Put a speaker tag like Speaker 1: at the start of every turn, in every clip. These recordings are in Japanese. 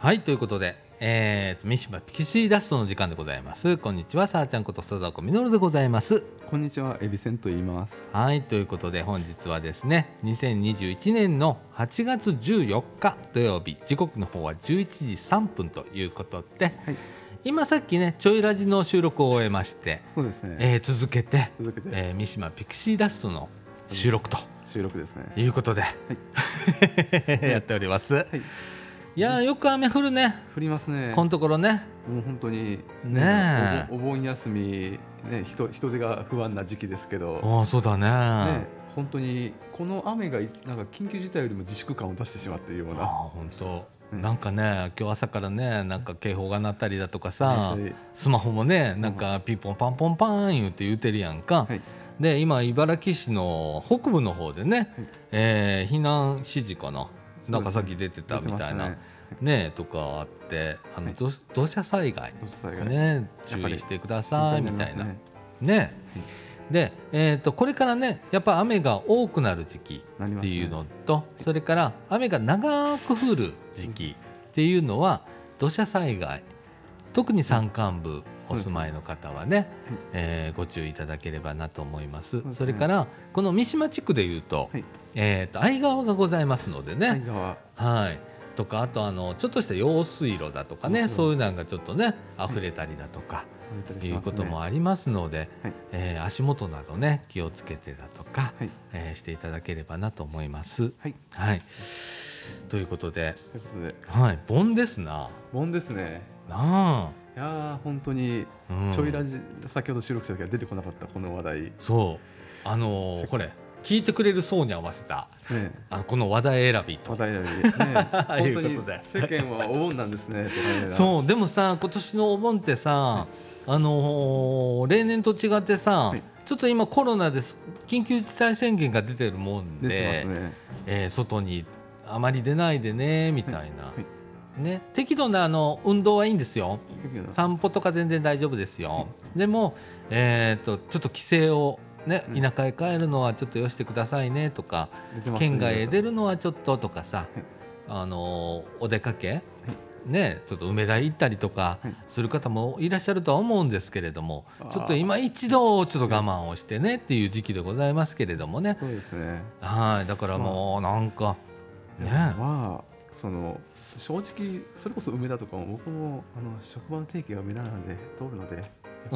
Speaker 1: はいということで、えー、三島ピキシーダストの時間でございますこんにちはさあちゃんこと佐々子みのるでございます
Speaker 2: こんにちは、エビセンと言います。
Speaker 1: はいということで本日はですね2021年の8月14日土曜日時刻の方は11時3分ということで、
Speaker 2: はい
Speaker 1: 今さっきねちょいラジの収録を終えまして、
Speaker 2: そうですね。
Speaker 1: えー続けて、
Speaker 2: 続けて、
Speaker 1: えー三島ピクシーダストの収録と
Speaker 2: 収録ですね。
Speaker 1: いうことで、 やっております、い、
Speaker 2: はい、
Speaker 1: やーよく雨降るね
Speaker 2: 降りますね。
Speaker 1: このところね
Speaker 2: もう本当に
Speaker 1: ねえ
Speaker 2: お盆お盆休みね人人手が不安な時期ですけど、
Speaker 1: ああそうだね
Speaker 2: ね本当にこの雨がいなんか緊急事態よりも自粛感を出してしまっているよう
Speaker 1: ああ
Speaker 2: な。
Speaker 1: 本当、
Speaker 2: うん
Speaker 1: なんかね今日朝からねなんか警報が鳴ったりだとかさ、
Speaker 2: はい
Speaker 1: スマホもねなんかピンポンパンポンパーン言って言うてるやんか、
Speaker 2: はい
Speaker 1: で今茨城市の北部の方でね、
Speaker 2: い
Speaker 1: えー避難指示かな、なんかさっき出てた
Speaker 2: 出て
Speaker 1: み
Speaker 2: ました
Speaker 1: いな
Speaker 2: ね
Speaker 1: ね。とかあってあの、
Speaker 2: はい
Speaker 1: 土土砂災害
Speaker 2: 土砂災害
Speaker 1: ね注
Speaker 2: やっぱり
Speaker 1: 意してくだ
Speaker 2: 心
Speaker 1: さ
Speaker 2: 配
Speaker 1: い
Speaker 2: に
Speaker 1: み
Speaker 2: りま
Speaker 1: た
Speaker 2: す
Speaker 1: いな
Speaker 2: ね
Speaker 1: ねで、えー、とこれからねやっぱ雨が多くなる時期
Speaker 2: なり
Speaker 1: っ
Speaker 2: ます
Speaker 1: て
Speaker 2: ね
Speaker 1: いうのと、それから雨が長く降る時期っていうのは土砂災害特に山間部お住まいの方はね、えーご注意いただければなと思います
Speaker 2: うですね
Speaker 1: それからこの三島地区でいうと,、
Speaker 2: はい
Speaker 1: えーと相川がございますのでね、
Speaker 2: はい川
Speaker 1: はい、とかあとあのちょっとした用水路だとかね
Speaker 2: 用水路
Speaker 1: そういうのがちょっとね溢れたりだとか、
Speaker 2: 歩いたりし
Speaker 1: い
Speaker 2: ます
Speaker 1: うこ
Speaker 2: ね
Speaker 1: ともありますので、
Speaker 2: はい
Speaker 1: えー足元などね気をつけてだとか、
Speaker 2: はい
Speaker 1: えーしていただければなと思います。
Speaker 2: はい
Speaker 1: はい、ということで、
Speaker 2: ということで
Speaker 1: はい、盆ですな。
Speaker 2: 盆ですね。
Speaker 1: なあ、
Speaker 2: いやー本当に
Speaker 1: うん
Speaker 2: ちょいラジ、先ほど収録した時は出てこなかったこの話題、ね、
Speaker 1: そうあの ーこれ聞いてくれる層に合わせたあのこの話題選びと
Speaker 2: 話題なの に、ね、本当
Speaker 1: い
Speaker 2: に
Speaker 1: うことで
Speaker 2: 世間はお盆なんですねって感じ だ
Speaker 1: そうでもさ今年のお盆ってさ、あのー例年と違ってさ、
Speaker 2: はい
Speaker 1: ちょっと今コロナです緊急事態宣言が出てるもん
Speaker 2: 出
Speaker 1: で
Speaker 2: てますね。
Speaker 1: えー外にあまり出ないでねみたいな、
Speaker 2: はい
Speaker 1: ね、適度なあの運動はいいんですよ散歩とか全然大丈夫ですよ、でも、えー、とちょっと規制を、ね
Speaker 2: う、ん
Speaker 1: 田舎へ帰るのはちょっとよしてくださいねとか、
Speaker 2: 出てますね
Speaker 1: 県外へ出るのはちょっととかさ、あのーお出かけ、ね、ちょっと梅田行ったりとか
Speaker 2: はい
Speaker 1: する方もいらっしゃるとは思うんですけれども、
Speaker 2: あー
Speaker 1: ちょっと今一度ちょっと我慢をしてねっていう時期でございますけれどもね、
Speaker 2: そうですね。
Speaker 1: はい、だからもうなんか、ね、
Speaker 2: まあその正直それこそ梅田とかも僕もあの職場の定期が梅田なんで通るのでやっ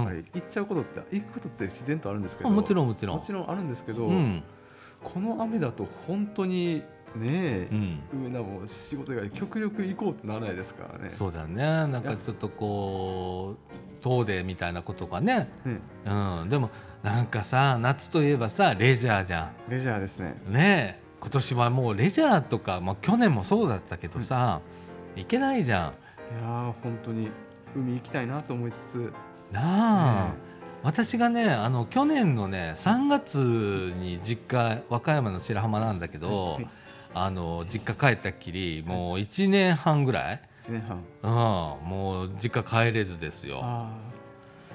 Speaker 2: ぱり行っちゃうことって、行くことって自然とあるんですけど。
Speaker 1: もち
Speaker 2: ん。
Speaker 1: ろんもちろ
Speaker 2: も
Speaker 1: ん
Speaker 2: ち。ろんあるんですけど、
Speaker 1: うん、
Speaker 2: この雨だと本当にね
Speaker 1: う、ん、
Speaker 2: 梅田も仕事以外極力行こうってならないですからね。
Speaker 1: そうだね、なんかちょっとこう遠出みたいなことがね、
Speaker 2: ね
Speaker 1: うん、でもなんかさ夏といえばさレジャーじゃ
Speaker 2: レジャーですね。
Speaker 1: ん。ねえ、今年はもうレジャーとか、まあ去年もそうだったけどさ、行けないじゃん。
Speaker 2: いやー本当に海行きたいなと思いつつ、
Speaker 1: なあ。
Speaker 2: ね
Speaker 1: 私がねあの去年のね3月に実家和歌山の白浜なんだけど、
Speaker 2: はい
Speaker 1: あの実家帰ったっきりもう1年半ぐらい、
Speaker 2: 一年半。
Speaker 1: うん、もう実家帰れずですよ。
Speaker 2: あ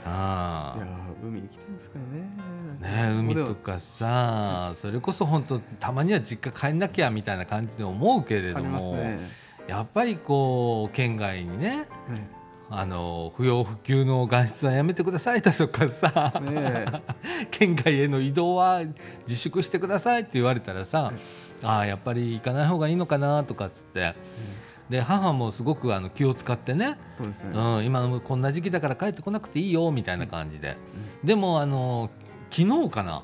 Speaker 2: あ、い
Speaker 1: あ
Speaker 2: やー海行きたいんですけどね。
Speaker 1: ね、海
Speaker 2: こ
Speaker 1: と
Speaker 2: こ
Speaker 1: かさそれこそ本当たまには実家帰んなきゃみたいな感じで思うけれ
Speaker 2: ではあ
Speaker 1: ど
Speaker 2: ります
Speaker 1: も、
Speaker 2: ね。
Speaker 1: やっぱりこう県外にね
Speaker 2: ね
Speaker 1: あの不要不急の外出はやめてくださいだとかさ、
Speaker 2: ね
Speaker 1: 県外への移動は自粛してくださいって言われたらさ、ああやっぱり行かない方がいいのかなとかっつってで母もすごくあの気を使ってね、
Speaker 2: そうですね。うん
Speaker 1: うん、今のこんな時期だから帰ってこなくていいよみたいな感じで、でもあの昨日かな、
Speaker 2: はい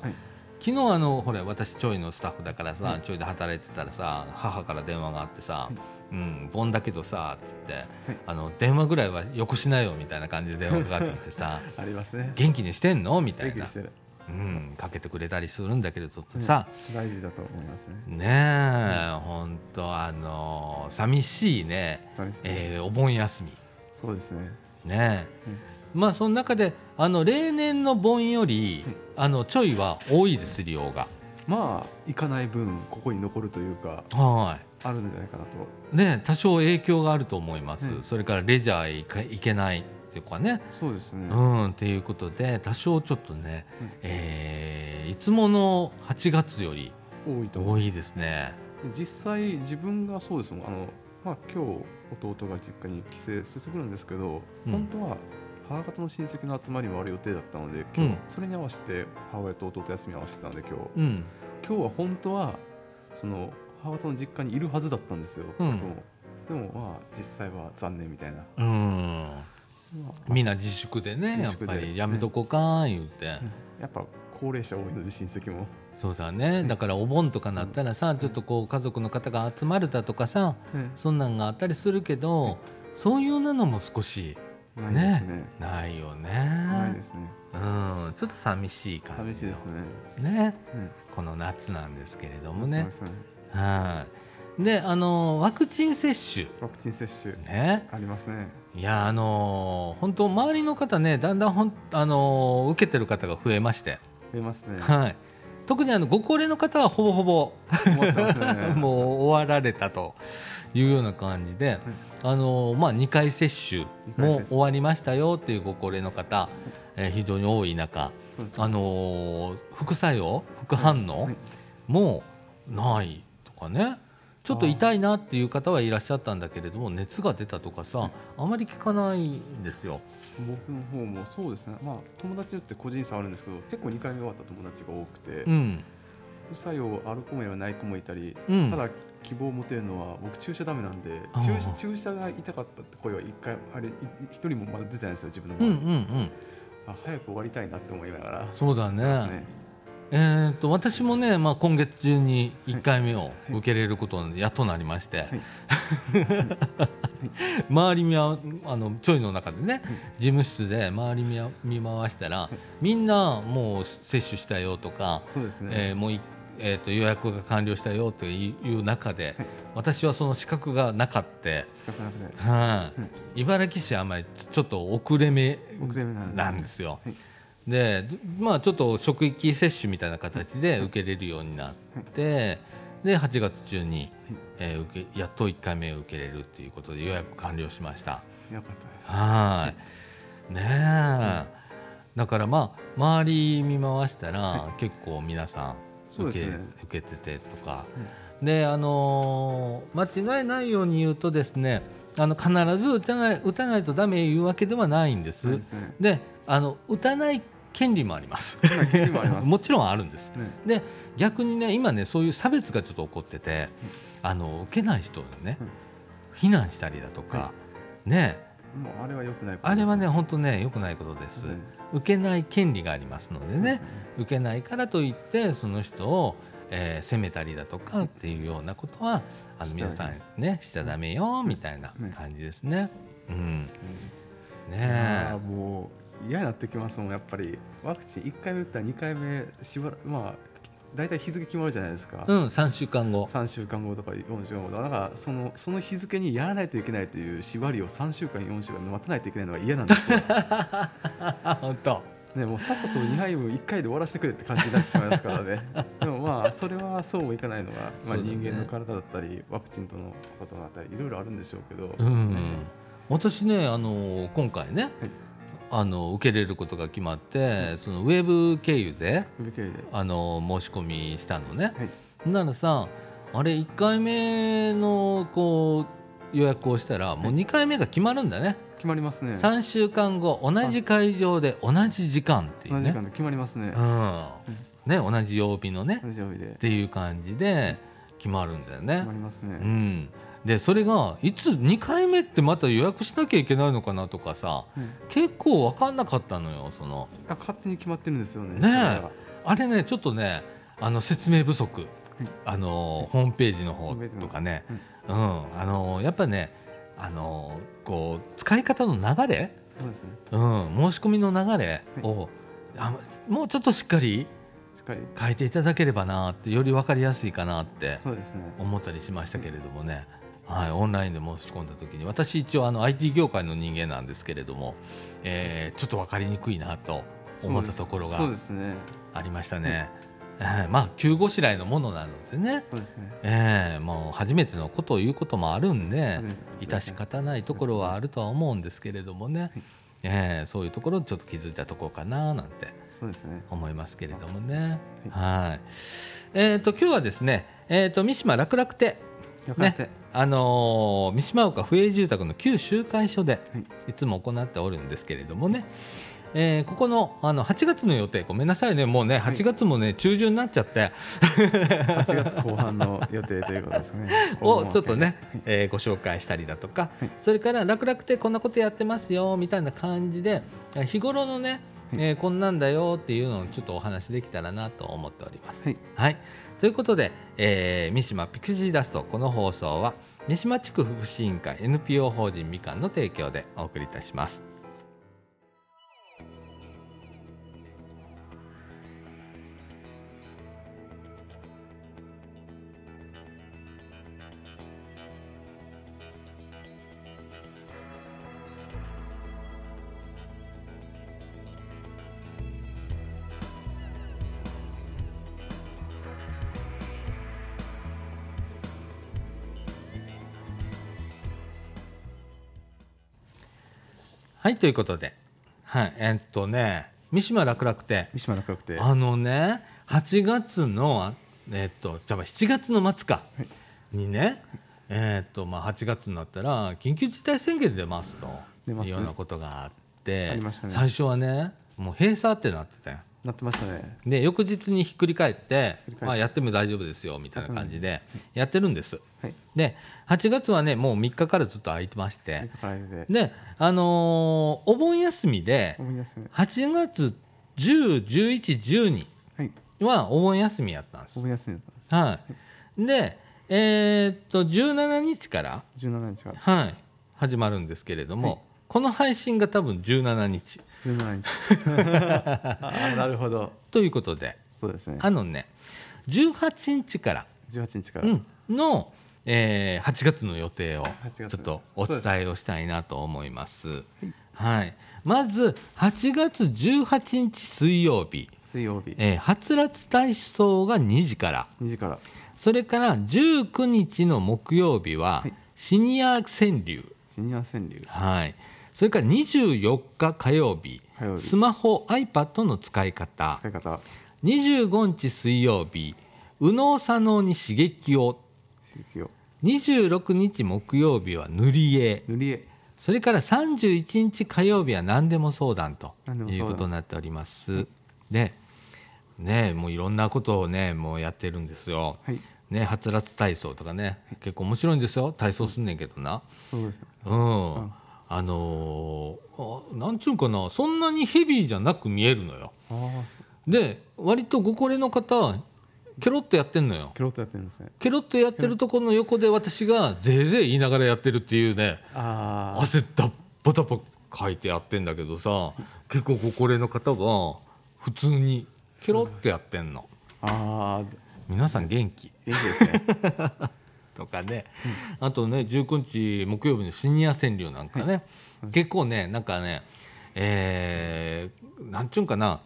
Speaker 1: 昨日あのほら私ちょいのスタッフだからさ、
Speaker 2: はい
Speaker 1: ちょいで働いてたらさ母から電話があってさ「
Speaker 2: い
Speaker 1: うん盆だけどさ」っつって、あの「電話ぐらいはよこしなよ」みたいな感じで電話かかってきて さ
Speaker 2: ありますね。
Speaker 1: 「元気にしてんの?」みた
Speaker 2: 元
Speaker 1: い
Speaker 2: 気に
Speaker 1: な
Speaker 2: し、てる。
Speaker 1: うん、かけてくれたりするんだけれどさ、
Speaker 2: 大事だと思いますね。
Speaker 1: ねえほんとあの寂しいね、
Speaker 2: そうですね
Speaker 1: えーお盆休み
Speaker 2: そうですね。
Speaker 1: ねえ。まあその中であの例年の盆より、あのちょいは多いです量が。
Speaker 2: まあ行かない分ここに残るというか
Speaker 1: は
Speaker 2: あるんじゃないかなと。
Speaker 1: い。ね多少影響があると思います。
Speaker 2: うん
Speaker 1: それからレジャーへ行か行けないっていうかね。
Speaker 2: そうですね。
Speaker 1: う
Speaker 2: は
Speaker 1: んっていうことで多少ちょっとね、
Speaker 2: うん
Speaker 1: えーいつもの8月より
Speaker 2: 多いと思う。
Speaker 1: 多いですね。
Speaker 2: 実際自分がそうですもん。あのまあ今日弟が実家に帰省してくるんですけど、
Speaker 1: うん
Speaker 2: 本当は母方の親戚の集まりもある予定だったので
Speaker 1: う
Speaker 2: 今日、
Speaker 1: ん
Speaker 2: それに合わせて母親と弟休み合わせてたので今日、
Speaker 1: うん
Speaker 2: 今日は本当はその母方の実家にいるはずだったんですよ、
Speaker 1: うん
Speaker 2: でもでもまあ実際は残念みたいな、ま
Speaker 1: うん
Speaker 2: あ
Speaker 1: みんな自粛でね
Speaker 2: 自
Speaker 1: やっ
Speaker 2: 粛で
Speaker 1: ぱりやめとこうか言うて、
Speaker 2: やっぱ高齢者多いので親戚も
Speaker 1: そうだねだからお盆とかなったらさちょっとこう家族の方が集まるだとかさそんなんがあったりするけどそういうなのも少し
Speaker 2: ないですね
Speaker 1: ないよね
Speaker 2: ないですね
Speaker 1: うんちょっと寂しい感じの
Speaker 2: 寂しいですね、
Speaker 1: ね
Speaker 2: うん
Speaker 1: この夏なんですけれど
Speaker 2: そ
Speaker 1: も
Speaker 2: う
Speaker 1: ね
Speaker 2: ですね
Speaker 1: はいであのワクチン接種
Speaker 2: ワクチン接種
Speaker 1: ね
Speaker 2: ありますね
Speaker 1: いやあの本当周りの方ねだんだんほんあの受けてる方が増えまして
Speaker 2: 増えます ね
Speaker 1: はい特にあのご高齢の方はほぼほぼ
Speaker 2: 思ってますね
Speaker 1: もう終わられたというような感じで、あのまあ、2回接種
Speaker 2: 二回
Speaker 1: も
Speaker 2: 接種
Speaker 1: 終わりましたよっていうご高齢の方、えー非常に多い中、
Speaker 2: そうですね
Speaker 1: あのー副作用副反応
Speaker 2: はい
Speaker 1: もないとかねちょっと痛いなっていう方はいらっしゃったんだけれども熱が出たとかさあまり聞かないんですよ。
Speaker 2: 僕の方もそうですねまあ友達によって個人差あるんですけど結構2回目終わった友達が多くて、
Speaker 1: うん
Speaker 2: 副作用ある子もいない子もいたり、
Speaker 1: うん
Speaker 2: ただ希望を持てるのは僕注射ダメなんで
Speaker 1: あ
Speaker 2: 注
Speaker 1: ー
Speaker 2: 射注射が痛かったって声は1回あれいい一人もまだ出てないんですよ自分の
Speaker 1: うんう
Speaker 2: 場
Speaker 1: んう
Speaker 2: 合、
Speaker 1: ん、
Speaker 2: あ早く終わりたいなって思いながら、
Speaker 1: そうだね
Speaker 2: ね
Speaker 1: えー、と私もね、まあ、今月中に1回目を受けれることにやっとなりまして、周り見はあのちょいの中でね、事務室で周り見わ見回したら、みんなもう接種したよとか、
Speaker 2: そうですね、
Speaker 1: えーもういえー、と予約が完了したよという中で、私はその資格がなかった。
Speaker 2: 近くなくて
Speaker 1: はい
Speaker 2: うん
Speaker 1: 茨城市はあまりちょっと遅れ目
Speaker 2: 遅れ目なんで
Speaker 1: なんですよ。
Speaker 2: はい
Speaker 1: でまあちょっと職域接種みたいな形で受けれるようになってで8月中に、えー受けやっと1回目を受けれるっていうことで予約完了しました。
Speaker 2: よかったです
Speaker 1: はいねえだからまあ周り見回したら結構皆さん
Speaker 2: そう
Speaker 1: 受
Speaker 2: で
Speaker 1: け,、
Speaker 2: すね
Speaker 1: 受けててとか、であのー間違いないように言うとですねあの必ず打たない打たないとダメいうわけではないんです。
Speaker 2: そう ですね
Speaker 1: であの打たない権利もあります。
Speaker 2: 今権利もあります
Speaker 1: もちろんあるんです。
Speaker 2: ね
Speaker 1: で逆にね今ねそういう差別がちょっと起こってて、あの受けない人をね、
Speaker 2: うん
Speaker 1: 非難したりだとか、ね
Speaker 2: もうあれは良くないこと
Speaker 1: あれはね
Speaker 2: で
Speaker 1: 本当ね良くないことです
Speaker 2: す、ね
Speaker 1: 受けない権利がありますので
Speaker 2: うん
Speaker 1: ね、受けないからといってその人を、えー責めたりだとかっていうようなことはあの
Speaker 2: しちゃ
Speaker 1: 皆
Speaker 2: ダメ
Speaker 1: さんねしちゃダメよみたいな
Speaker 2: ね
Speaker 1: 感じですね。うん、ね
Speaker 2: あ
Speaker 1: え
Speaker 2: ーもう嫌になってきますもんやっぱりワクチン1回目打ったら2回目しばらまあ大体日付決まるじゃないですか、
Speaker 1: うん3週間後
Speaker 2: 3週間後とか4週間後とかだからそのその日付にやらないといけないという縛りを3週間4週間待たないといけないのが嫌なん ですよ、
Speaker 1: あ本当
Speaker 2: ね、もうさっさと2杯分1回で終わらせてくれって感じになってしまいますから ねでもまあそれはそうもいかないのが、ま
Speaker 1: そ
Speaker 2: あ、
Speaker 1: うだね
Speaker 2: 人間の体だったりワクチンとのことだったりいろいろあるんでしょうけど、
Speaker 1: うん
Speaker 2: ね
Speaker 1: 私ね、あの今回ね、あの受けれることが決まって、そのウェブ経由で、
Speaker 2: 受け入れ
Speaker 1: あの申し込みしたのね、
Speaker 2: はい
Speaker 1: ならさあれ1回目のこう予約をしたらもう2回目が決まるんだね、
Speaker 2: 決まりますね
Speaker 1: 3週間後同じ会場で同じ時間ってい
Speaker 2: 同
Speaker 1: う
Speaker 2: じ時間
Speaker 1: ね,、
Speaker 2: で決まりますね
Speaker 1: う、んね同じ曜日のね、っ
Speaker 2: 同じ曜日で
Speaker 1: ていう感じで決まるんだよね。
Speaker 2: 決まりますね、
Speaker 1: うん、でそれがいつ2回目ってまた予約しなきゃいけないのかなとかさ
Speaker 2: うん
Speaker 1: 結構分かんなかったのよその
Speaker 2: あ勝手に決まってるんですよ
Speaker 1: ねえ
Speaker 2: ね。それは
Speaker 1: あれねちょっとねあの説明不足、あのホームページの
Speaker 2: ホ
Speaker 1: 方
Speaker 2: ームページ
Speaker 1: と
Speaker 2: の
Speaker 1: かね、うんあのやっぱねあのこう使い方の流れ、
Speaker 2: そうですね。
Speaker 1: うん、申し込みの流れを、あもうちょっとしっかり
Speaker 2: しっかり。
Speaker 1: 変えていただければなってより分かりやすいかなって
Speaker 2: そうですね。
Speaker 1: 思ったりしましたけれどもね、はい、オンラインで申し込んだ時に私一応あの IT 業界の人間なんですけれども、えーちょっと分かりにくいなと思ったところが
Speaker 2: そうですそうですね。
Speaker 1: ありましたね。えーまあ急ごしらえのものなのでね、
Speaker 2: そうですね。
Speaker 1: えーもう初めてのことを言うこともあるんで
Speaker 2: 初めて
Speaker 1: 致し方ないところはあるとは思うんですけれどもね、えーそういうところちょっと気づいたところかななんて
Speaker 2: そうですね。
Speaker 1: 思いますけれどもね。はい。えっ、と今日はですね、えっ、と三島楽楽亭
Speaker 2: よかった、
Speaker 1: あのー三島岡府営住宅の旧集会所で
Speaker 2: はい
Speaker 1: いつも行っておるんですけれどもね、えーここのあの8月の予定ごめんなさいねもうね
Speaker 2: はい
Speaker 1: 8月もね中旬になっちゃって。
Speaker 2: 8月後半の予定ということですね
Speaker 1: をちょっとね
Speaker 2: はい、
Speaker 1: えーご紹介したりだとか
Speaker 2: はい
Speaker 1: それから楽々でこんなことやってますよみたいな感じでえー日頃のね、えーこんなんだよっていうのをちょっとお話できたらなと思っております。
Speaker 2: はい、
Speaker 1: はい、ということで、えー三島ピクシーダストこの放送は三島地区福祉委員会 NPO 法人みかんの提供でお送りいたします。はいということで、はい、えーっとね三島楽楽亭
Speaker 2: 三島楽楽亭。
Speaker 1: あのね8月のあえーっとじゃあ7月の末かにねえーっとまあ8月になったら緊急事態宣言出ますと
Speaker 2: 出ます
Speaker 1: いうよ
Speaker 2: ね
Speaker 1: うなことがあって
Speaker 2: ありましたね
Speaker 1: 最初はねもう閉鎖ってなってたよ。
Speaker 2: なってましたね。
Speaker 1: で翌日にひっくり返って
Speaker 2: ひっくり返って
Speaker 1: まあ、やっても大丈夫ですよみたいな感じでやってるんです。
Speaker 2: はい。
Speaker 1: で8月はねもう3日からずっと空いてまして
Speaker 2: だからあれで。
Speaker 1: で、あのーお盆休みで
Speaker 2: 思い出すね。
Speaker 1: 8月101112
Speaker 2: はい。
Speaker 1: はお盆休みやったんです。
Speaker 2: 思い出すね。
Speaker 1: はい、で、えーっと17日から、
Speaker 2: 十七日から
Speaker 1: はい、始まるんですけれども、
Speaker 2: はい
Speaker 1: この配信が多分17日
Speaker 2: 十七日。 あなるほど。
Speaker 1: ということで
Speaker 2: そうですね。
Speaker 1: あのね18日から
Speaker 2: 十八日から。
Speaker 1: うん、の、えー8月の予定をち
Speaker 2: 8
Speaker 1: ょっ
Speaker 2: 月
Speaker 1: とお伝えをしたいなと思います。
Speaker 2: い
Speaker 1: はい、まず8月18日水曜日、
Speaker 2: 水曜日
Speaker 1: えー、はつらつ体操が2時から
Speaker 2: 二時から。
Speaker 1: それから19日の木曜日は
Speaker 2: はい
Speaker 1: シニア川柳、
Speaker 2: シニア川柳
Speaker 1: はい、それから24日火曜日
Speaker 2: 火曜日
Speaker 1: スマホ iPad の使い方
Speaker 2: 使い方
Speaker 1: 25日水曜日右脳左脳に刺激を
Speaker 2: 刺激を
Speaker 1: 26日木曜日は塗り絵
Speaker 2: 塗り絵
Speaker 1: それから31日火曜日は何でも相談と
Speaker 2: 何でも
Speaker 1: い
Speaker 2: 相
Speaker 1: う
Speaker 2: 談
Speaker 1: ことになっておりますでねもういろんなことをねもうやってるんですよ、
Speaker 2: はい
Speaker 1: ねはつらつ体操とかね結構面白いんですよ体操すんねんけどな
Speaker 2: そうですね
Speaker 1: うん、
Speaker 2: うん
Speaker 1: あのーあなんちゅうんかなそんなにヘビーじゃなく見えるのよ
Speaker 2: ああ
Speaker 1: で割とご高齢の方はケロッとやってんのよ
Speaker 2: ケロッとやってるんですね
Speaker 1: ケロッとやってるところの横で私がぜいぜい言いながらやってるっていうね
Speaker 2: ああ
Speaker 1: 汗ダッパダッパかいてやってんだけどさ結構ご高齢の方が普通にケロッとやってんの
Speaker 2: ああ
Speaker 1: 皆さん元気
Speaker 2: 元気ですね
Speaker 1: とかね、あとね19日木曜日のシニア川柳なんかね、結構ねなんかねえーなんちゅうんかな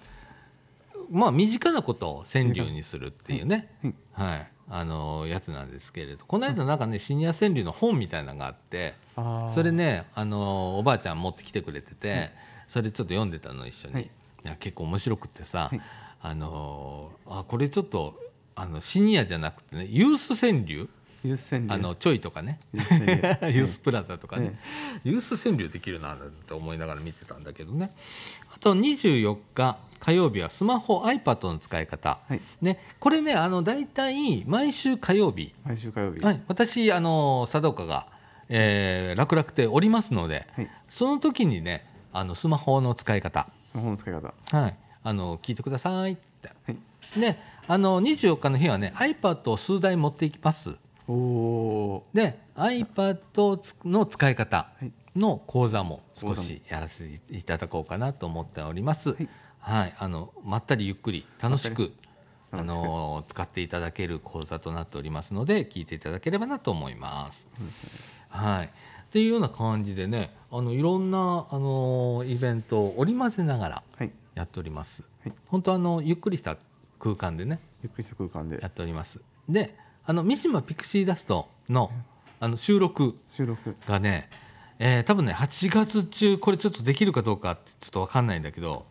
Speaker 1: まあ身近なことを川柳にするっていうね、
Speaker 2: はい
Speaker 1: はい、あのやつなんですけれどこの間なんかねシニア川柳の本みたいなのがあって
Speaker 2: ああ
Speaker 1: それねあのおばあちゃん持ってきてくれててそれちょっと読んでたの一緒に、
Speaker 2: はいい
Speaker 1: や結構面白くってさ、
Speaker 2: はい
Speaker 1: あのあこれちょっとあのシニアじゃなくてねユース川柳
Speaker 2: ユース川柳
Speaker 1: あのちょいとかね
Speaker 2: ユース川 柳
Speaker 1: ユースプラザとかね、ユース川柳できるなって思いながら見てたんだけどねあと24日火曜日はスマホ iPad の使い方、
Speaker 2: はい
Speaker 1: ね、これねあの大体毎週火曜日、
Speaker 2: 毎週火曜日
Speaker 1: はい、私あの佐藤岡が、えー、楽々でおりますので
Speaker 2: はい
Speaker 1: その時にねあのスマホの使い方、
Speaker 2: スマホの使い方は
Speaker 1: はい、あの聞いてくださいって。
Speaker 2: い
Speaker 1: であの24日の日はね iPad を数台持っていきます。
Speaker 2: おお
Speaker 1: で iPad の使い方
Speaker 2: はい
Speaker 1: の講座も少
Speaker 2: 講座も
Speaker 1: しやらせていただこうかなと思っております。はい
Speaker 2: い、
Speaker 1: あのまったりゆっくり楽しく
Speaker 2: まった
Speaker 1: あ
Speaker 2: り
Speaker 1: の使っていただける講座となっておりますので聞いていただければなと思います。
Speaker 2: そうですね
Speaker 1: はい。っていうような感じでね、あのいろんなあのイベントを織り交ぜながら
Speaker 2: はい
Speaker 1: やっております。
Speaker 2: はい
Speaker 1: 本当あのゆっくりした空間でね、
Speaker 2: ゆっくりした空間で
Speaker 1: やっております。で、あの三島ピクシーダストのあの収録
Speaker 2: 収録
Speaker 1: がね、えー多分ね8月中これちょっとできるかどうかってちょっとわかんないんだけど、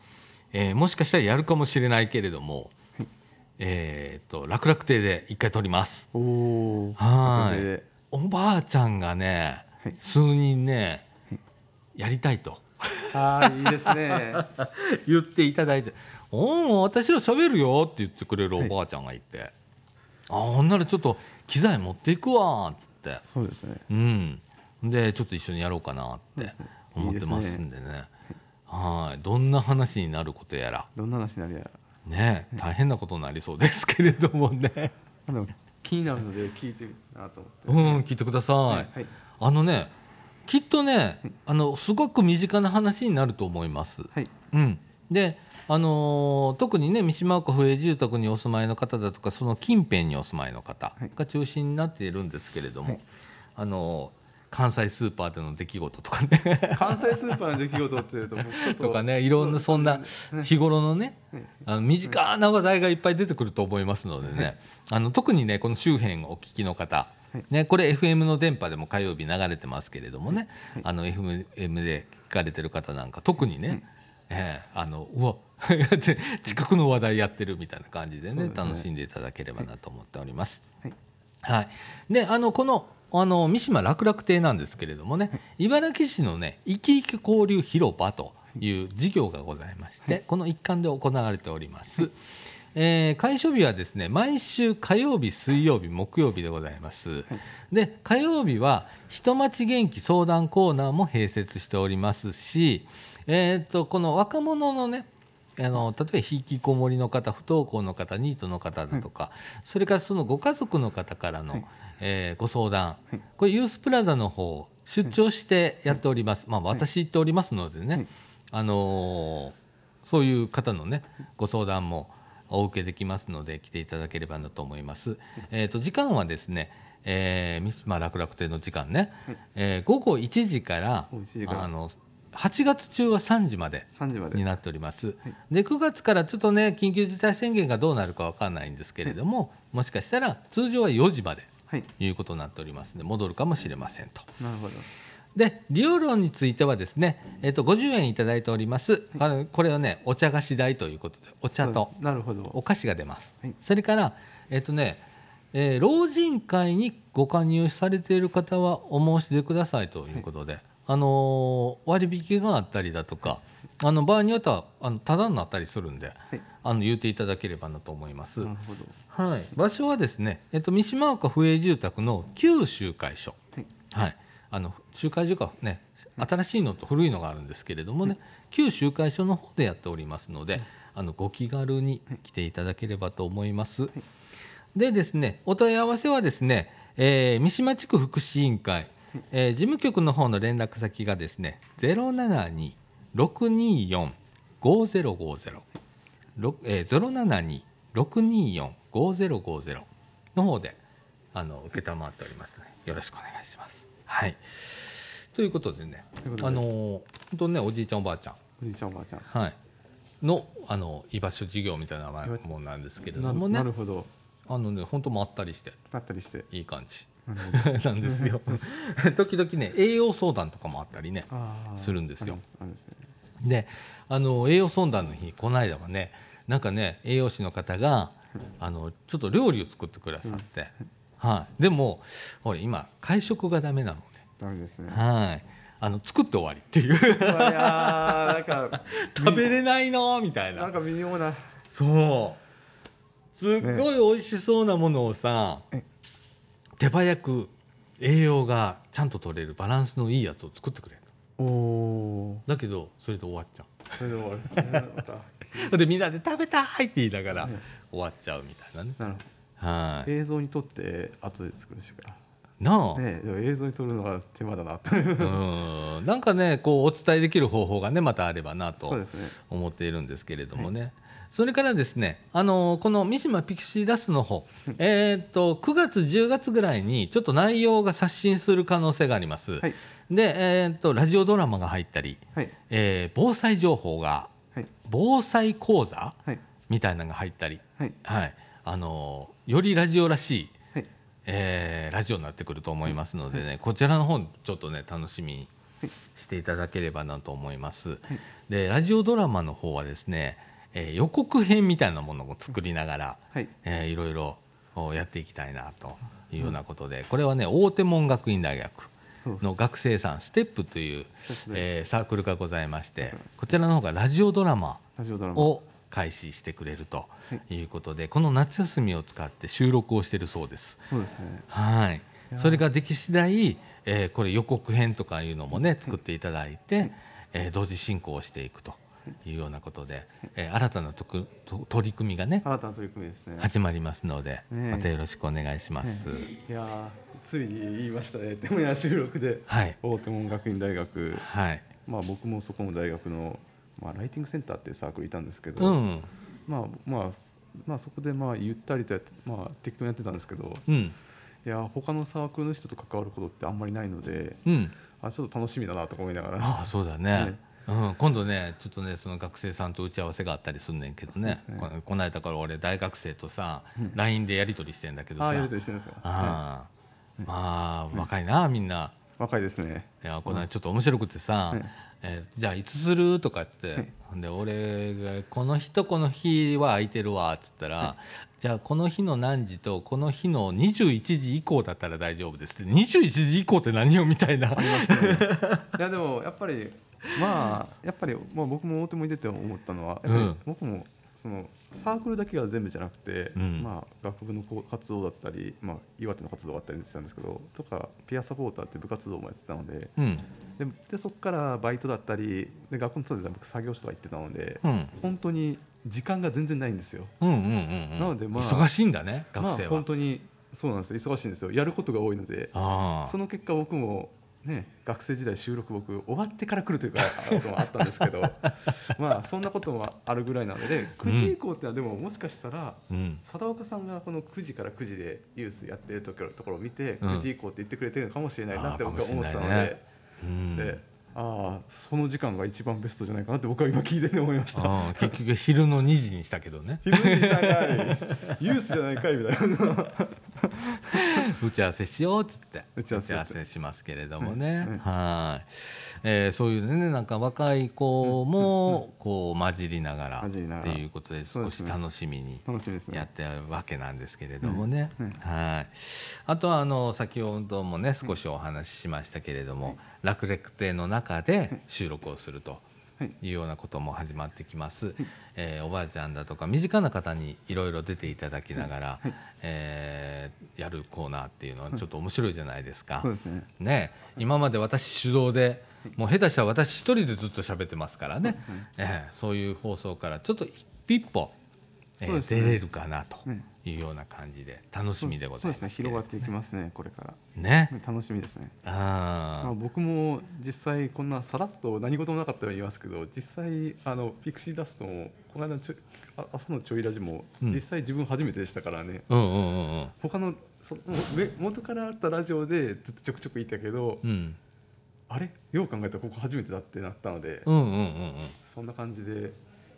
Speaker 1: えーもしかしたらやるかもしれないけれども、
Speaker 2: はい
Speaker 1: えーっと楽々亭で一回撮ります。
Speaker 2: おお
Speaker 1: はい
Speaker 2: で
Speaker 1: おばあちゃんがね
Speaker 2: はい
Speaker 1: 数人ねやりたいと
Speaker 2: あーいいですね。
Speaker 1: 言っていただいて「おお私ら喋るよ」って言ってくれるおばあちゃんがいて「ああほんならちょっと機材持っていくわ」って
Speaker 2: そうですね。
Speaker 1: うんでちょっと一緒にやろうかなって思ってます
Speaker 2: いい
Speaker 1: んでねはいどんな話になることやら
Speaker 2: どんな話になりや。
Speaker 1: ね大変なことになりそうですけれどもね
Speaker 2: あでも気になるので聞いてみたいなと
Speaker 1: う
Speaker 2: 思っ
Speaker 1: ん聞
Speaker 2: て。
Speaker 1: いてください。
Speaker 2: はい。
Speaker 1: あのねきっとねあのすごく身近な話になると思います。
Speaker 2: はい。
Speaker 1: うん、で、あのー特にね三島区府営住宅にお住まいの方だとかその近辺にお住まいの方
Speaker 2: はい
Speaker 1: が中心になっているんですけれども、
Speaker 2: はい
Speaker 1: あのー関西スーパーでの出来事とかね
Speaker 2: 関西スーパーの出来事っていうと僕ちょっ
Speaker 1: とかねいろんなそんな日頃のね
Speaker 2: はい
Speaker 1: あの身近な話題がいっぱい出てくると思いますのでねあの特にねこの周辺をお聞きの方
Speaker 2: はい
Speaker 1: ね、これ FM の電波でも火曜日流れてますけれどもね、あの FM で聞かれてる方なんか特にね、ええあのうわって 近くの話題やってるみたいな感じで
Speaker 2: そう
Speaker 1: ね
Speaker 2: ですね
Speaker 1: 楽しんでいただければなと思っております。
Speaker 2: はい
Speaker 1: はい、であのこのあの三島楽楽亭なんですけれどもね茨城市のね生き生き交流広場という事業がございましてこの一環で行われております。えー開所日はですね毎週火曜日水曜日木曜日でございます。で火曜日は人町元気相談コーナーも併設しておりますし、えー、とこの若者のねあの例えばひきこもりの方不登校の方ニートの方だとか、それからそのご家族の方からの、
Speaker 2: はい
Speaker 1: えーご相談、
Speaker 2: はい
Speaker 1: これユースプラザの方出張してやっております、まあ、
Speaker 2: い
Speaker 1: 私行っておりますのでね、
Speaker 2: はい
Speaker 1: あのーそういう方のねご相談もお受けできますので来ていただければなと思います。えー、と時間はですね、えー、まあ楽々亭の時間ね、
Speaker 2: はい
Speaker 1: えー午後1時から
Speaker 2: 午後1時から
Speaker 1: あの8月中は3時まで
Speaker 2: 三時まで。
Speaker 1: に
Speaker 2: は
Speaker 1: なっております。
Speaker 2: い
Speaker 1: で9月からちょっとね緊急事態宣言がどうなるかわかんないんですけれども、もしかしたら通常は4時まで
Speaker 2: い。
Speaker 1: ということになっておりますので戻るかもしれませんと。
Speaker 2: なるほど。
Speaker 1: で利用料についてはですね、えっと50円いただいております。あのこれはねお茶菓子代ということでお茶と
Speaker 2: なるほど。
Speaker 1: お菓子が出ます。
Speaker 2: はい
Speaker 1: それからえっ、とね、えー老人会にご加入されている方はお申し出くださいということで、あのー割引があったりだとか、あの場合によってはあのタダになったりするんで、
Speaker 2: い
Speaker 1: あの言っていただければなと思います。
Speaker 2: なるほど。
Speaker 1: はい、場所はですね、えっと、三島岡府営住宅の旧集会所、
Speaker 2: はい。
Speaker 1: はい、あの集会所がね新しいのと古いのがあるんですけれどもね、旧集会所の方でやっておりますので、あのご気軽に来ていただければと思います。でですねお問い合わせはですね、えー三島地区福祉委員会、えー事務局の方の連絡先がですね072-624-5050ろえー072-624-5050の方であの承っておりますのでよろしくお願いします。はいということでね
Speaker 2: ということで
Speaker 1: あのー本当ねおじいちゃんおばあちゃん
Speaker 2: おじいちゃんおばあちゃん。
Speaker 1: はい、のあの居場所事業みたいなもんなんですけれども
Speaker 2: な
Speaker 1: ね
Speaker 2: るほど。
Speaker 1: あのね本当まったりして
Speaker 2: だった りして。
Speaker 1: いい感じ
Speaker 2: なるほど
Speaker 1: なんですよ 時々ね栄養相談とかもあったりね
Speaker 2: あー
Speaker 1: するんですよ。
Speaker 2: あるんですね
Speaker 1: であの栄養相談の日この間はねなんかね栄養士の方があのちょっと料理を作ってくださって、はい、でもほら今会食がダメなの
Speaker 2: ダメです
Speaker 1: で、。
Speaker 2: ね
Speaker 1: はい、あの作って終わりっていう
Speaker 2: うわいやーなんか
Speaker 1: 食べれないのみたい
Speaker 2: なんか微妙な。
Speaker 1: そうすっごい美味しそうなものをさ、
Speaker 2: え
Speaker 1: 手早く栄養がちゃんと取れるバランスのいいやつを作ってくれる
Speaker 2: おお。
Speaker 1: だけどそれで終わっちゃ
Speaker 2: それで終わる。なるほど
Speaker 1: うでみんなで食べたいって言いながら
Speaker 2: うん
Speaker 1: 終わっちゃうみたいなね
Speaker 2: なるほ
Speaker 1: は
Speaker 2: ど。
Speaker 1: い
Speaker 2: 映像に撮って後で作るしか。
Speaker 1: なあ、
Speaker 2: ねえでも映像に撮るのは手間だな。
Speaker 1: うんなんかねこうお伝えできる方法がねまたあればなと
Speaker 2: そうですね。
Speaker 1: 思っているんですけれどもね、それからですね、あのこの三島ピクシーダストの方、えっと9月10月ぐらいにちょっと内容が刷新する可能性があります。
Speaker 2: はい
Speaker 1: で、えっとラジオドラマが入ったり、
Speaker 2: はい
Speaker 1: えー防災情報が
Speaker 2: はい
Speaker 1: 防災講座
Speaker 2: はい
Speaker 1: みたいなのが入ったり、
Speaker 2: はい
Speaker 1: はい、あのよりラジオらしい。
Speaker 2: はい。
Speaker 1: えーラジオになってくると思いますのでね、こちらの方ちょっとね楽しみにしていただければなと思います。でラジオドラマの方はですね、えー予告編みたいなものも作りながら、
Speaker 2: はい
Speaker 1: えーいろいろをやっていきたいなというようなことで、これはね大手門学院大学
Speaker 2: そう
Speaker 1: の学生さんステップという、
Speaker 2: ですね
Speaker 1: えーサークルがございましてこちらの方がラジオドラマ
Speaker 2: ラジオドラマ
Speaker 1: を開始してくれるということでこの夏休みを使って収録をしているそうです。
Speaker 2: そうですね
Speaker 1: はい
Speaker 2: やー
Speaker 1: それができ次第、えーこれ予告編とかいうのもね作っていただいて、えー同時進行をしていくというようなことで、えー新たなとくと取り組みがね
Speaker 2: 新たな取り組みですね、
Speaker 1: 始まりますので
Speaker 2: ねえ
Speaker 1: またよろしくお願いします。
Speaker 2: いやーついに言いましたねでもや収録で
Speaker 1: はい、
Speaker 2: 大手門学院大学
Speaker 1: はい、
Speaker 2: まあ僕もそこの大学の、まあ、ライティングセンターっていうサークルいたんですけど、
Speaker 1: うん、
Speaker 2: まあまあまあそこでまあゆったりとやって、まあ、適当にやってたんですけど
Speaker 1: うん、
Speaker 2: いやー他のサークルの人と関わることってあんまりないので
Speaker 1: うん、
Speaker 2: あちょっと楽しみだなとか思いながら
Speaker 1: ああそうだね。うん、今度ねちょっとねその学生さんと打ち合わせがあったりすんねんけどね
Speaker 2: そうです
Speaker 1: ここの間から俺大学生とさ
Speaker 2: うん
Speaker 1: LINE でやり取りしてんだけど
Speaker 2: あ
Speaker 1: さ
Speaker 2: あやりとりしてるんですよ、は
Speaker 1: ああまあ若いなみんな。
Speaker 2: い、若いですね
Speaker 1: いやこの間ちょっと面白くてさ、
Speaker 2: はい
Speaker 1: えーじゃあいつするとかって、
Speaker 2: はい
Speaker 1: で俺が「この日とこの日は空いてるわ」っつったら、じゃあこの日の何時とこの日の21時以降だったら大丈夫です」って「21時以降って何よ」みたいな。
Speaker 2: いやでもやっぱりまあやっぱり、まあ、僕も大手も出て思ったのは、やっぱり
Speaker 1: うん
Speaker 2: 僕もそのサークルだけが全部じゃなくて、
Speaker 1: うん
Speaker 2: まあ、学部のこう活動だったり、まあ、岩手の活動があったりしてたんですけどとかピアサポーターって部活動もやってたので
Speaker 1: うん
Speaker 2: ででそこからバイトだったりで学校の外で僕作業所とか行ってたので、
Speaker 1: うん
Speaker 2: 本当に時間が全然ないんですよ。
Speaker 1: うんうんうんうん
Speaker 2: なのでまあ
Speaker 1: 忙しいんだね学生
Speaker 2: まあ、
Speaker 1: は
Speaker 2: 本。当にそうなんですよ忙しいんですよやることが多いので
Speaker 1: あ
Speaker 2: その結果僕もね学生時代収録僕終わってから来るという かこともあったんですけどまあそんなこともあるぐらいなの
Speaker 1: う
Speaker 2: で
Speaker 1: ん
Speaker 2: 9時以降ってのはでももしかしたら
Speaker 1: あうん
Speaker 2: 佐田岡さんがこの9時から9時でユースやってるところところを見て
Speaker 1: うん
Speaker 2: 9時以降って言ってくれてるのかもしれないなって
Speaker 1: あー
Speaker 2: 僕は思ったの
Speaker 1: かもしれないね
Speaker 2: で,、
Speaker 1: うん
Speaker 2: でああその時間が一番ベストじゃないかなって僕は今聞いてて思いました。
Speaker 1: うん結局昼の2時にしたけどね
Speaker 2: 昼にしたんかいユースじゃないかいみたいな
Speaker 1: 打ち合わせしようっつって
Speaker 2: 打ち合わせ
Speaker 1: 打しますけれどもね、
Speaker 2: うんうん
Speaker 1: はい、えーそういうねなんか若い子もこう混じりながらっ
Speaker 2: 混じりなが
Speaker 1: て
Speaker 2: ら
Speaker 1: いうことで
Speaker 2: そう
Speaker 1: 少
Speaker 2: で
Speaker 1: し
Speaker 2: すね
Speaker 1: 楽しみに
Speaker 2: 楽しみです
Speaker 1: や
Speaker 2: ね
Speaker 1: ってるわけなんですけれどもね、
Speaker 2: うんうん
Speaker 1: はいあとはあの先ほどもね少しお話ししましたけれども楽々亭の中で収録をすると。
Speaker 2: はい
Speaker 1: いうようなことも始まってきます、 えーおばあちゃんだとか身近な方にいろいろ出ていただきながら、えーやるコーナーっていうのはちょっと面白いじゃないですか、
Speaker 2: そうですね
Speaker 1: ね今まで私主導でもう下手したら私一人でずっと喋ってますからねそう
Speaker 2: そうですね
Speaker 1: えーそういう放送からちょっと一歩、えー
Speaker 2: そうです
Speaker 1: 出
Speaker 2: ね
Speaker 1: れるかなと
Speaker 2: うん
Speaker 1: いうような感じで楽しみでございます
Speaker 2: そうですね広がっていきますねこれから
Speaker 1: ね
Speaker 2: 楽しみですね、ま
Speaker 1: あ
Speaker 2: あ、僕も実際こんなさらっと何事もなかったように言いますけど実際あのピクシーダストもこの間のちょいあ朝のちょいラジも
Speaker 1: うん
Speaker 2: 実際自分初めてでしたからね、
Speaker 1: ーうんうんうんうん
Speaker 2: 他のそのめ元からあったラジオでずっとちょくちょくいたけど、
Speaker 1: うん
Speaker 2: あれよう考えたらここ初めてだってなったので、
Speaker 1: うんうんうん
Speaker 2: そんな感じで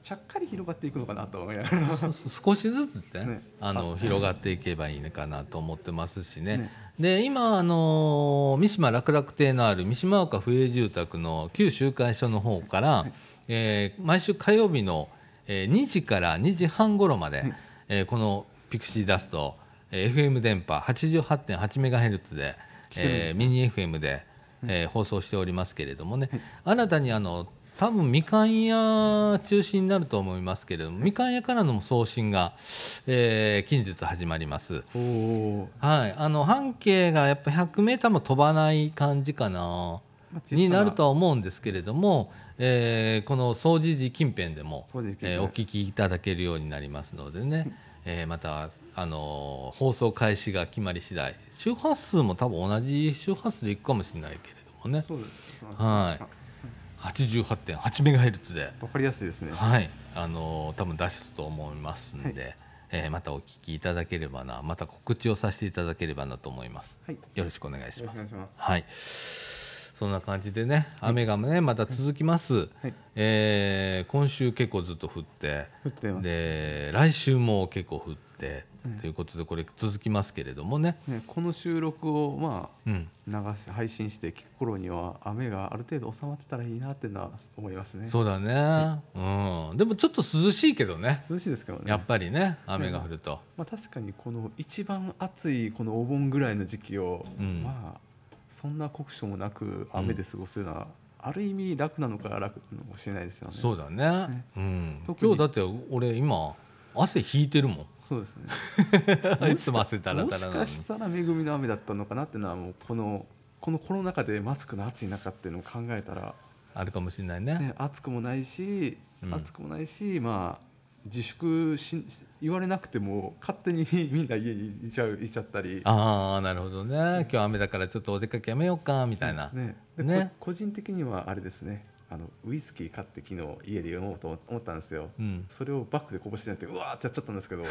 Speaker 2: ちゃっかり広がっていくのかなと思いながら
Speaker 1: うん、そ 少しずつね
Speaker 2: ね
Speaker 1: あの
Speaker 2: あ
Speaker 1: 広がっていけばいいのかなと思ってますしね
Speaker 2: ね
Speaker 1: で今、あのー三島楽楽亭のある三島岡府営住宅の旧集会所の方から、えー毎週火曜日の、えー2時から2時半頃まで、えーこのピクシーダスト、えー FM 電波 88.8MHz で、えーミニ FM で、えー放送しておりますけれどもね、新たにあの多分みかん屋中心になると思いますけれどもみかん屋からの送信が、えー近日始まります。
Speaker 2: おお、
Speaker 1: はい、あの半径がやっぱ 100m も飛ばない感じかな
Speaker 2: まあ小さ
Speaker 1: になるとは思うんですけれども、えーこの総除時近辺でも、
Speaker 2: そうですね
Speaker 1: えーお聞きいただけるようになりますので ね、えーまた、あのー放送開始が決まり次第周波数も多分同じ周波数でいくかもしれないけれどもね
Speaker 2: そうですね
Speaker 1: はい88.8メガヘルツで、
Speaker 2: わかりやすいですね
Speaker 1: はいあのー多分出すと思いますんで、えーまたお聞きいただければなまた告知をさせていただければなと思います。
Speaker 2: はいよ
Speaker 1: よろしくお願いし
Speaker 2: ろ
Speaker 1: ま
Speaker 2: しく
Speaker 1: す。
Speaker 2: お願いします
Speaker 1: はい。そんな感じでね、雨がね、また続きます。
Speaker 2: はい
Speaker 1: えー今週結構ずっと降って、
Speaker 2: 降ってます
Speaker 1: で、来週も結構降って、
Speaker 2: うん
Speaker 1: ということでこれ続きますけれどもね、
Speaker 2: ね、この収録をまあ
Speaker 1: うん、
Speaker 2: 流し配信して聞く頃には雨がある程度収まってたらいいなっていうのは思いますね
Speaker 1: そうだね、うん、でもちょっと涼しいけどね
Speaker 2: 涼しいですけどね
Speaker 1: やっぱりね雨が降ると、
Speaker 2: まあ、確かにこの一番暑いこのお盆ぐらいの時期を、
Speaker 1: うん
Speaker 2: まあそんな酷暑もなく雨で過ごすのは、ある意味楽なのか楽なのかもしれないですよね
Speaker 1: そうだね
Speaker 2: ね、
Speaker 1: うん、
Speaker 2: 特
Speaker 1: 今
Speaker 2: に
Speaker 1: 日だって俺今汗引いて るもん
Speaker 2: そうですね
Speaker 1: いつも汗だら
Speaker 2: も
Speaker 1: だ
Speaker 2: し
Speaker 1: らなの
Speaker 2: か
Speaker 1: に
Speaker 2: したら恵みの雨だったのかなっていうのはもうこのこのコロナ禍でマスクの暑い中っていうのを考えたら、
Speaker 1: あるかもしれないね
Speaker 2: ね、暑くもないし、
Speaker 1: うん
Speaker 2: 暑くもないしまあ自粛し言われなくても勝手に みんな家にいちゃういちゃったり
Speaker 1: ああなるほどね今日雨だからちょっとお出かけやめようかみたいな、
Speaker 2: ねで
Speaker 1: ね
Speaker 2: こ個人的にはあれですねあのウイスキー買って昨日家で飲もうと思ったんですよ
Speaker 1: うん、
Speaker 2: それをバッグでこぼしてなくてうわーってやっちゃったんですけ ど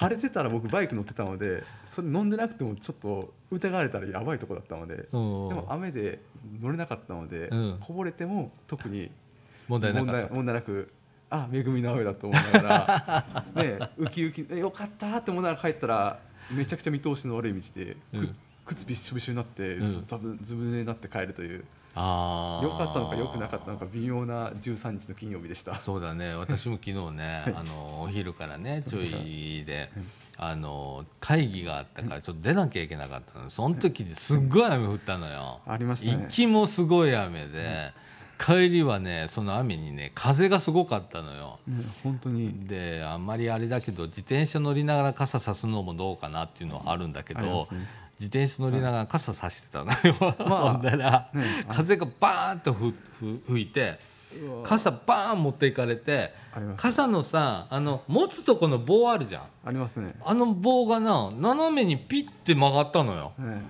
Speaker 2: 晴れてたら僕バイク乗ってたのでそれ飲んでなくてもちょっと疑われたらやばいとこだったのでで
Speaker 1: うん
Speaker 2: も雨で乗れなかったので、
Speaker 1: うん
Speaker 2: こぼれても特に
Speaker 1: 問題なかった
Speaker 2: 問題なくあ恵みの雨だと思いなが らねウキウキえよかったって思いながら帰ったらめちゃくちゃ見通しの悪い道で、く
Speaker 1: うん
Speaker 2: 靴びっしょびしょになって、
Speaker 1: うん
Speaker 2: ずぶずぶ濡れになって帰るという
Speaker 1: ああ
Speaker 2: 良かったのか良くなかったのか微妙な13日の金曜日でした。
Speaker 1: そうだね私も昨日ね、
Speaker 2: はい
Speaker 1: あのお昼からねちょいで
Speaker 2: うん
Speaker 1: あの会議があったからちょっと出なきゃいけなかったのその時にすっごい雨降ったのよ
Speaker 2: ありました
Speaker 1: 行
Speaker 2: ね。
Speaker 1: きもすごい雨で帰りはねその雨にね風がすごかったのよ
Speaker 2: ね本当に
Speaker 1: であんまりあれだけど自転車乗りながら傘さすのもどうかなっていうのはあるんだけ
Speaker 2: ありま
Speaker 1: ど
Speaker 2: すね
Speaker 1: 自転車乗りながら傘さしてたのよ、
Speaker 2: あ
Speaker 1: ほんだら
Speaker 2: ねあ
Speaker 1: 風がバーンとふふ吹いて傘バーン持っていかれて
Speaker 2: あります
Speaker 1: 傘のさあの持つとこの棒あるじゃん
Speaker 2: ありますね。
Speaker 1: あの棒がな斜めにピッて曲がったのよ
Speaker 2: ね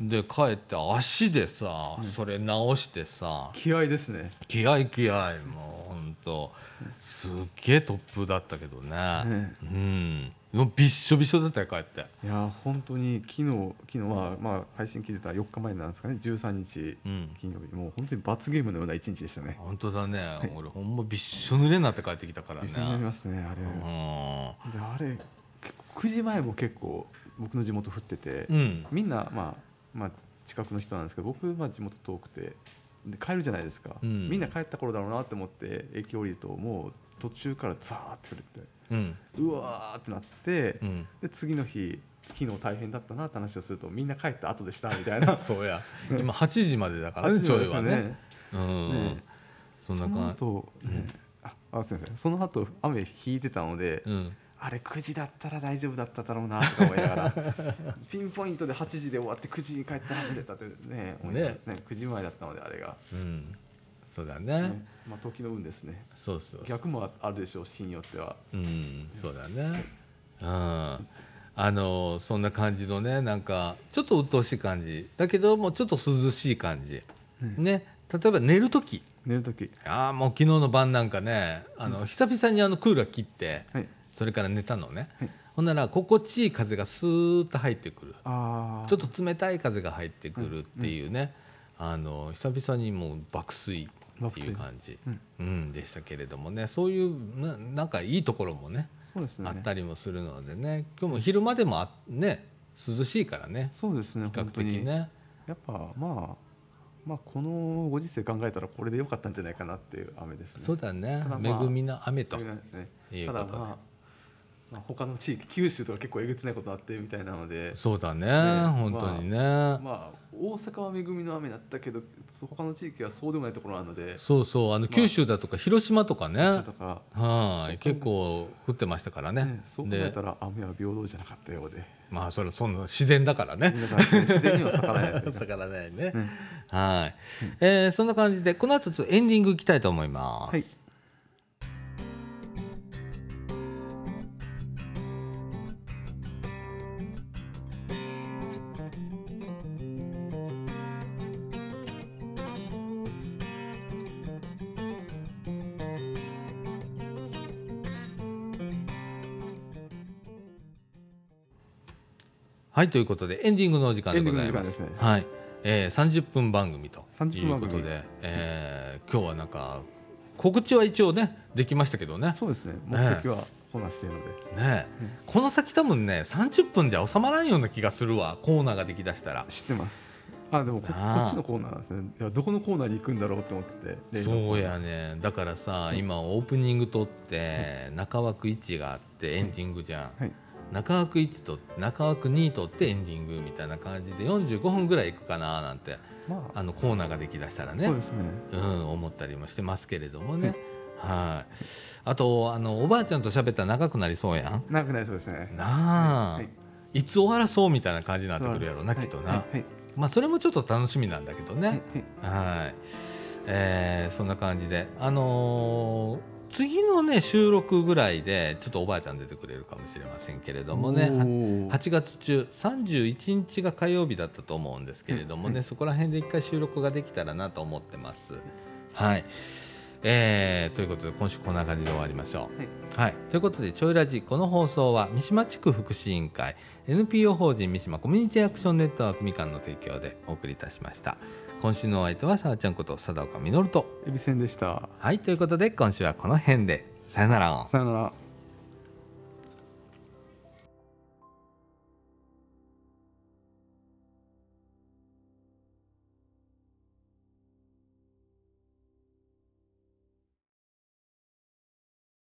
Speaker 1: で帰って足でさそれ直してさ
Speaker 2: 気合いですね。
Speaker 1: 気合い気合いもうほんとすっげえ突風だったけどね
Speaker 2: ね
Speaker 1: うんもうびっしょびしょだったよ帰って
Speaker 2: いや本当に昨日昨日はまあ配信聞いてた4日前なんですかね13日
Speaker 1: うん
Speaker 2: 金曜日もう本当に罰ゲームのような一日でしたね。
Speaker 1: 本当だね俺ほんまびっしょ濡れになって帰ってきたからね
Speaker 2: 一緒になりますねあれ。であれ結構9時前も結構僕の地元降ってて、
Speaker 1: うんうん
Speaker 2: みんなまあまあ近くの人なんですけど僕まあ地元遠くてで帰るじゃないですか、
Speaker 1: うん
Speaker 2: みんな帰った頃だろうなって思って駅降りるともう途中からザーって降れて
Speaker 1: うん
Speaker 2: うわーってなって、
Speaker 1: うん
Speaker 2: で次の日昨日大変だったなって話をするとみんな帰った後でしたみた いな
Speaker 1: そうや今8時までだから
Speaker 2: 感
Speaker 1: ね
Speaker 2: じ
Speaker 1: ち
Speaker 2: な
Speaker 1: ょ
Speaker 2: んで
Speaker 1: い
Speaker 2: す
Speaker 1: は
Speaker 2: よ
Speaker 1: ねうん、
Speaker 2: ね
Speaker 1: そんな
Speaker 2: の
Speaker 1: 感じ。
Speaker 2: 後、ねああすみませんその後雨引いてたので、
Speaker 1: うん、
Speaker 2: あれ9時だったら大丈夫だっただろうなとか思いな がらピンポイントで8時で終わって9時に帰ったら晴れたってね思いながらね9時前だったのであれが、
Speaker 1: うん、そうだ
Speaker 2: ね
Speaker 1: ね。
Speaker 2: まあ、時の運ですね
Speaker 1: そうそうそう。
Speaker 2: 逆もあるでしょう日によっては
Speaker 1: うん、そうだね。うん、あのそんな感じのね、なんかちょっと鬱陶しい感じだけどもちょっと涼しい感じ。
Speaker 2: うん
Speaker 1: ね、例えば寝る時、
Speaker 2: 寝る時
Speaker 1: ああもう昨日の晩なんかね、あの久々にあのクーラー切って、
Speaker 2: はい
Speaker 1: それから寝たのね
Speaker 2: はい。
Speaker 1: ほんなら心地いい風がスーッと入ってくる。
Speaker 2: ああ
Speaker 1: ちょっと冷たい風が入ってくるっていうね、あの久々にもう爆睡っていう感じ、
Speaker 2: うん
Speaker 1: うん、でしたけれどもねそういうななんかいいところもね
Speaker 2: そうですね
Speaker 1: あったりもするのでね今日も昼間でもあね涼しいからね
Speaker 2: そうですね
Speaker 1: 比較
Speaker 2: 本当
Speaker 1: 的
Speaker 2: に
Speaker 1: ね
Speaker 2: やっぱまあまあこのご時世考えたらこれで良かったんじゃないかなっていう雨ですね
Speaker 1: そうだね、
Speaker 2: ただまあ
Speaker 1: 恵みの雨と
Speaker 2: とい
Speaker 1: いううこ
Speaker 2: こ
Speaker 1: と
Speaker 2: ですね
Speaker 1: とで、
Speaker 2: ただまあ、まあ、他の地域九州とか結構えげつないことあってみたいなので
Speaker 1: そうだね
Speaker 2: ね
Speaker 1: 本当にね、
Speaker 2: まあ大阪は恵みの雨だったけどそう他の地域はそうでもないところなので
Speaker 1: そうそうあの九州だとか広島とかね、
Speaker 2: そうとか、
Speaker 1: はい、
Speaker 2: そう
Speaker 1: 結構降ってましたからね
Speaker 2: ね、そう考え
Speaker 1: で
Speaker 2: たら雨は平等じゃなかったよう で
Speaker 1: まあそれその自然だからね
Speaker 2: だから自然には逆らえないというか
Speaker 1: 逆らえないね。
Speaker 2: うん
Speaker 1: はい、えーそんな感じでこの後ちょっとエンディングいきたいと思います。
Speaker 2: はい
Speaker 1: はいということでエンディングのお時間でございます。
Speaker 2: エンディングの時間ですね
Speaker 1: はい、えー、30分番組と
Speaker 2: 30
Speaker 1: いう
Speaker 2: 分
Speaker 1: こと
Speaker 2: 番組
Speaker 1: で、えー今日はなんか告知は一応ねできましたけどね
Speaker 2: そうですね目的はこなしているので、
Speaker 1: ねえ
Speaker 2: うん
Speaker 1: この先多分ね30分じゃ収まらんような気がするわコーナーができだしたら
Speaker 2: 知ってますあでもここ
Speaker 1: なあ
Speaker 2: っちのコーナーなんですねいやどこのコーナーに行くんだろうと思ってて
Speaker 1: そうやねだからさ、
Speaker 2: うん
Speaker 1: 今オープニング撮って、中枠1があってエンディングじゃん、
Speaker 2: はい
Speaker 1: 中枠1と中枠2とってエンディングみたいな感じで45分ぐらいいくかななんて
Speaker 2: まあ
Speaker 1: あのコーナーができだしたらね
Speaker 2: そうですね
Speaker 1: うん、思ったりもしてますけれどもね、はいあとあのおばあちゃんと喋ったら長くなりそうやん
Speaker 2: 長くなりそうですね
Speaker 1: なあ、
Speaker 2: はいい、
Speaker 1: つ終わらそうみたいな感じになってくるやろうな
Speaker 2: は
Speaker 1: き
Speaker 2: い
Speaker 1: っとな、
Speaker 2: はいはい
Speaker 1: まあそれもちょっと楽しみなんだけどね、
Speaker 2: はいはい
Speaker 1: はい、えーそんな感じで、あのー次のね収録ぐらいでちょっとおばあちゃん出てくれるかもしれませんけれどもね。は
Speaker 2: おー
Speaker 1: 8月中31日が火曜日だったと思うんですけれどもね、そこら辺で一回収録ができたらなと思ってます。はい、えーということで今週こんな感じで終わりましょう。
Speaker 2: は
Speaker 1: は
Speaker 2: い
Speaker 1: い、ということで「ちょいラジ」この放送は三島地区福祉委員会 NPO 法人三島コミュニティアクションネットワークみかんの提供でお送りいたしました今週のお相手はさわちゃんこと佐藤岡実と
Speaker 2: エビせんでした
Speaker 1: はいということで今週はこの辺でさよなら
Speaker 2: さよなら